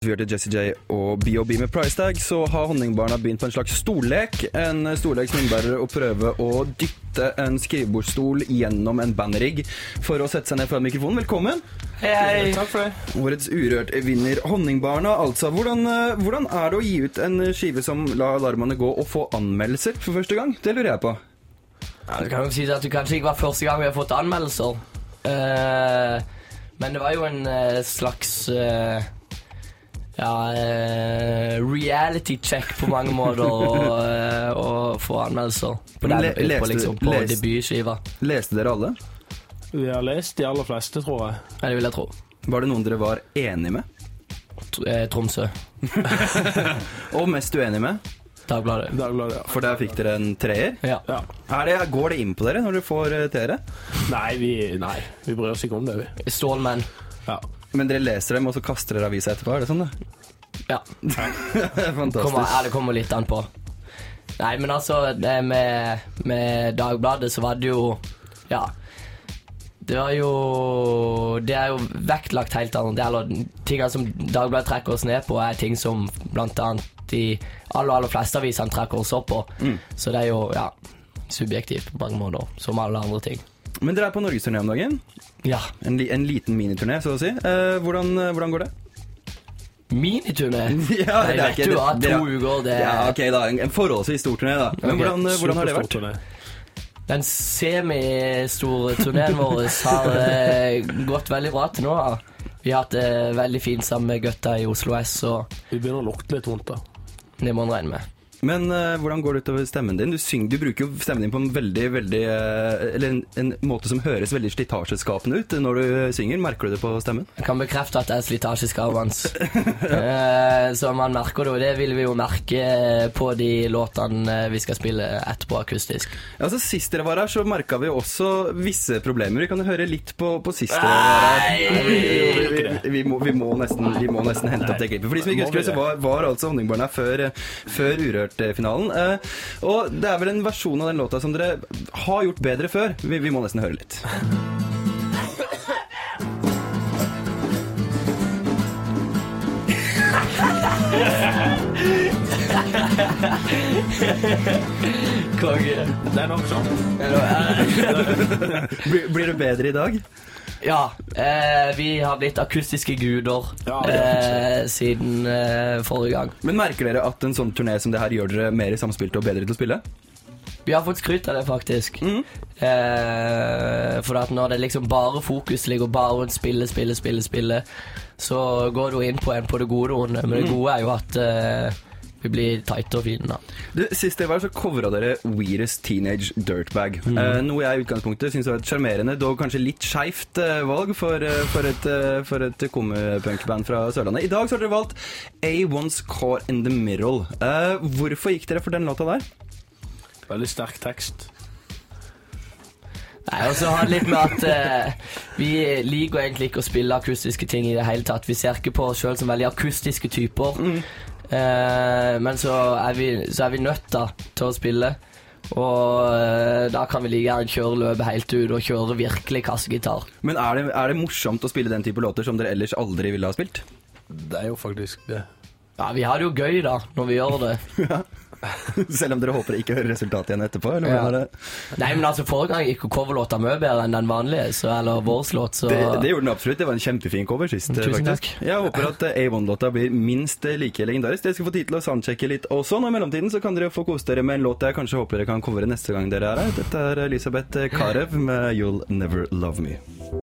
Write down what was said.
Vi hørte Jesse J og BOB med Price Tag, så har Honningbarna begynt på en slags stollek. En stollek som innebærer å prøve å dytte en skrivebordsstol gjennom en bandrigg for å sette seg ned foran mikrofonen. Velkommen! Hei, Takk for det. Årets Urørt vinner Honningbarna, altså. Hvordan, eh, hvordan er det å gi ut en skive som La alarmene gå og få anmeldelser for første gang? Det lurer jeg på. Ja, du kan jo si at du kanskje ikke var første gang vi har fått anmeldelser. Eh, men det var jo en eh, slags eh, ja, eh, reality check på mange måter å, eh, å få anmeldelser på, den, Men le- leste på, liksom, du- på leste- debutskiva. Leste dere alle? Vi har lest de aller fleste, tror jeg. Ja, det vil jeg tro. Var det noen dere var enig med? Tr- eh, Tromsø. Og mest uenig med? Dagbladet. Dagbladet, ja. For der fikk dere en treer. Ja. ja. Er det, går det inn på dere når dere får eh, treere? Nei, vi, nei, vi bryr oss ikke om det, vi. Stålmenn. Ja. Men dere leser dem, og så kaster dere avisa etterpå? Er det sånn, da? Ja. Det er Kommer, Fantastisk. ja, det kommer litt an på. Nei, men altså, det med, med Dagbladet så var det jo Ja. Det var jo Det er jo vektlagt helt annet. Det er, eller, tingene som Dagbladet trekker oss ned på, er ting som blant annet de aller, aller fleste avisene trekker oss opp på. Mm. Så det er jo, ja Subjektivt på mange måter, som alle andre ting. Men dere er på norgesturné om dagen. Ja. En, li en liten miniturné, så å si. Eh, hvordan, eh, hvordan går det? Miniturné! Ja, Nei, det er vet ikke- du hva, det- det er- to uker, det Ja, ok, da. En, en forholdsvis stor turné, da. Men Ok, hvordan, eh, hvordan har det vært? Superstor turné. Den semistore turneen vår har eh, gått veldig bra til nå. Vi har hatt det veldig fint sammen med gutta i Oslo S, og Vi begynner å lukte litt vondt, da. det må en regne med. Men eh, hvordan går det utover stemmen din? Du, syng, du bruker jo stemmen din på en veldig, veldig eh, Eller en, en måte som høres veldig slitasjeskapende ut når du synger. Merker du det på stemmen? Jeg kan bekrefte at det er slitasjeskav hans. Eh, så man merker det, og det vil vi jo merke eh, på de låtene eh, vi skal spille etterpå akustisk. Ja, altså, Sist dere var her, så merka vi også visse problemer. Vi kan jo høre litt på, på sist dere var her. Nei! Vi, vi, vi, vi, må, vi, må nesten, vi må nesten hente opp det klippet. For de som ikke Må husker det, vi så var, var altså Honningbarna her før, før Urørt-finalen. Eh, og det er vel en versjon av den låta som dere har gjort bedre før. Vi, vi må nesten høre litt. Konge. Det er nok sånn. Blir, blir det bedre i dag? Ja, eh, vi har blitt akustiske guder Ja, det eh, siden eh, forrige gang. Men merker dere at en sånn turné som det her gjør dere mer samspilte og bedre til å spille? Vi har fått skryt av det, Mm. faktisk. Eh, for at når det liksom bare fokus ligger bare rundt spille, spille, spille, spille, så går du inn på en på det gode runde. Men det gode er jo at eh, vi blir tighte og fine. da. Du, Sist dere var her, så covra dere Weirdest Teenage Dirtbag. Eh, noe jeg i utgangspunktet syns var et sjarmerende, dog kanskje litt skeivt eh, valg for, eh, for et, eh, for et komipunkband fra Sørlandet. I dag så har dere valgt A1's Core in the Middle. Eh, hvorfor gikk dere for den låta der? Veldig sterk tekst. Nei, Og så har det litt med at eh, vi liker egentlig ikke å spille akustiske ting i det hele tatt. Vi ser ikke på oss sjøl som veldig akustiske typer. Eh, men så er vi, så er vi nødt da, til å spille. Og eh, da kan vi like gjerne kjøre løpet helt ut og kjøre virkelig kassegitar. Men er det, er det morsomt å spille den type låter som dere ellers aldri ville ha spilt? Det er jo faktisk det. Ja, vi har det jo gøy da, når vi gjør det. Selv om dere håper dere ikke hører resultatet igjen etterpå? Eller Ja. hvordan er det? Nei, men altså, forrige gang gikk jo coverlåta mye bedre enn den vanlige, så, eller vår låt, så Det, det gjorde den absolutt. Det var en kjempefin cover sist. eh, Tusen faktisk. Jeg håper at eh, A1-låta blir minst eh, like legendarisk. Dere skal få tid til å soundchecke litt også. Og I mellomtiden så kan dere få kose dere med en låt jeg kanskje håper dere kan covere neste gang dere er her. Dette er Elisabeth Karev med 'You'll Never Love Me'.